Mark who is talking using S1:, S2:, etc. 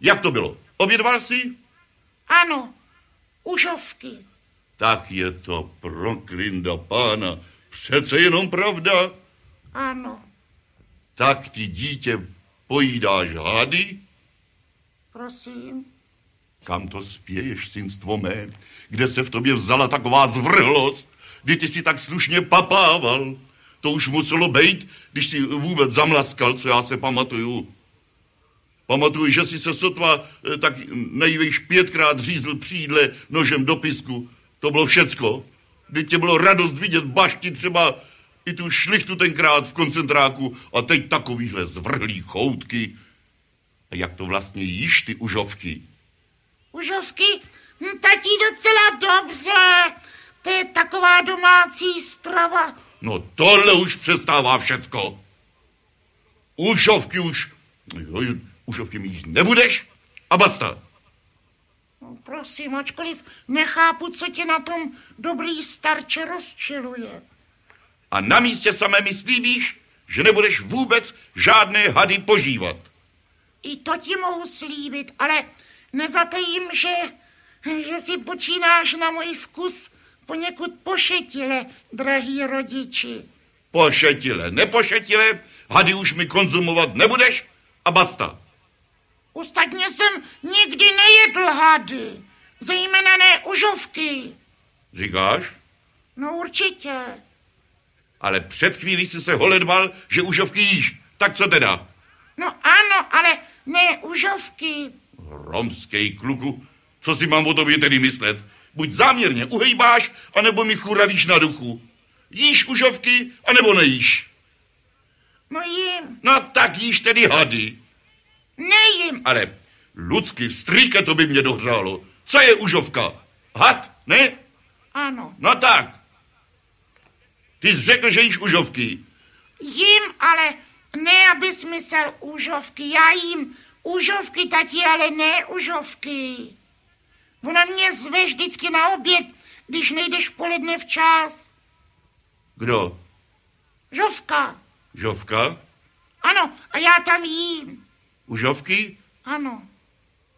S1: Jak to bylo? Obědval jsi?
S2: Ano, užovky.
S1: Tak je to pro krinda pána přece jenom pravda.
S2: Ano,
S1: Tak ti dítě pojídáš hády?
S2: prosím.
S1: Kam to spěješ, synstvo mé? Kde se v tobě vzala taková zvrhlost, kdy ty si tak slušně papával? To už muselo být, když si vůbec zamlaskal, co já se pamatuju. Pamatuju, že si se sotva eh, tak nejvejš pětkrát řízl přídle nožem do pisku. To bylo všecko. Kdy tě bylo radost vidět bašti třeba i tu šlichtu tenkrát v koncentráku a teď takovýhle zvrhlý choutky. A jak to vlastně jíš ty užovky?
S2: Užovky hm, tatí docela dobře. To je taková domácí strava.
S1: No tohle už přestává všecko. Ušovky už... Jo, Ušovky mi jíst nebudeš a basta.
S2: No, Prosím, ačkoliv nechápu, co tě na tom dobrý starče rozčiluje.
S1: A na místě samé mi slíbíš, že nebudeš vůbec žádné hady požívat.
S2: I to ti mohu slíbit, ale nezatajím, že, že si počínáš na můj vkus poněkud pošetile, drahý rodiči.
S1: Pošetile, nepošetile, hady už mi konzumovat nebudeš a basta.
S2: Ostatně jsem nikdy nejedl hady, zejména ne užovky.
S1: Říkáš?
S2: No určitě.
S1: Ale před chvílí jsi se holedbal, že užovky jíš. Tak co teda?
S2: No ano, ale ne užovky.
S1: Romskej kluku, co si mám o tobě tedy myslet? Buď záměrně uhejbáš, anebo mi churavíš na duchu. Jíš užovky, anebo nejíš.
S2: No jim,
S1: No tak jíš tedy hady.
S2: nejím.
S1: Ale ludsky strýke to by mě dohřálo. Co je užovka? Had, ne?
S2: Ano,
S1: No tak. Ty jsi řekl, že jíš užovky.
S2: jim, ale ne, abys myslel užovky. Já jím užovky, tati, ale ne užovky. Ona mě zve vždycky na oběd, když nejdeš v poledne včas.
S1: Kdo?
S2: Žovka,
S1: Žovka?
S2: ano, a já tam jím.
S1: Užovky?
S2: Ano,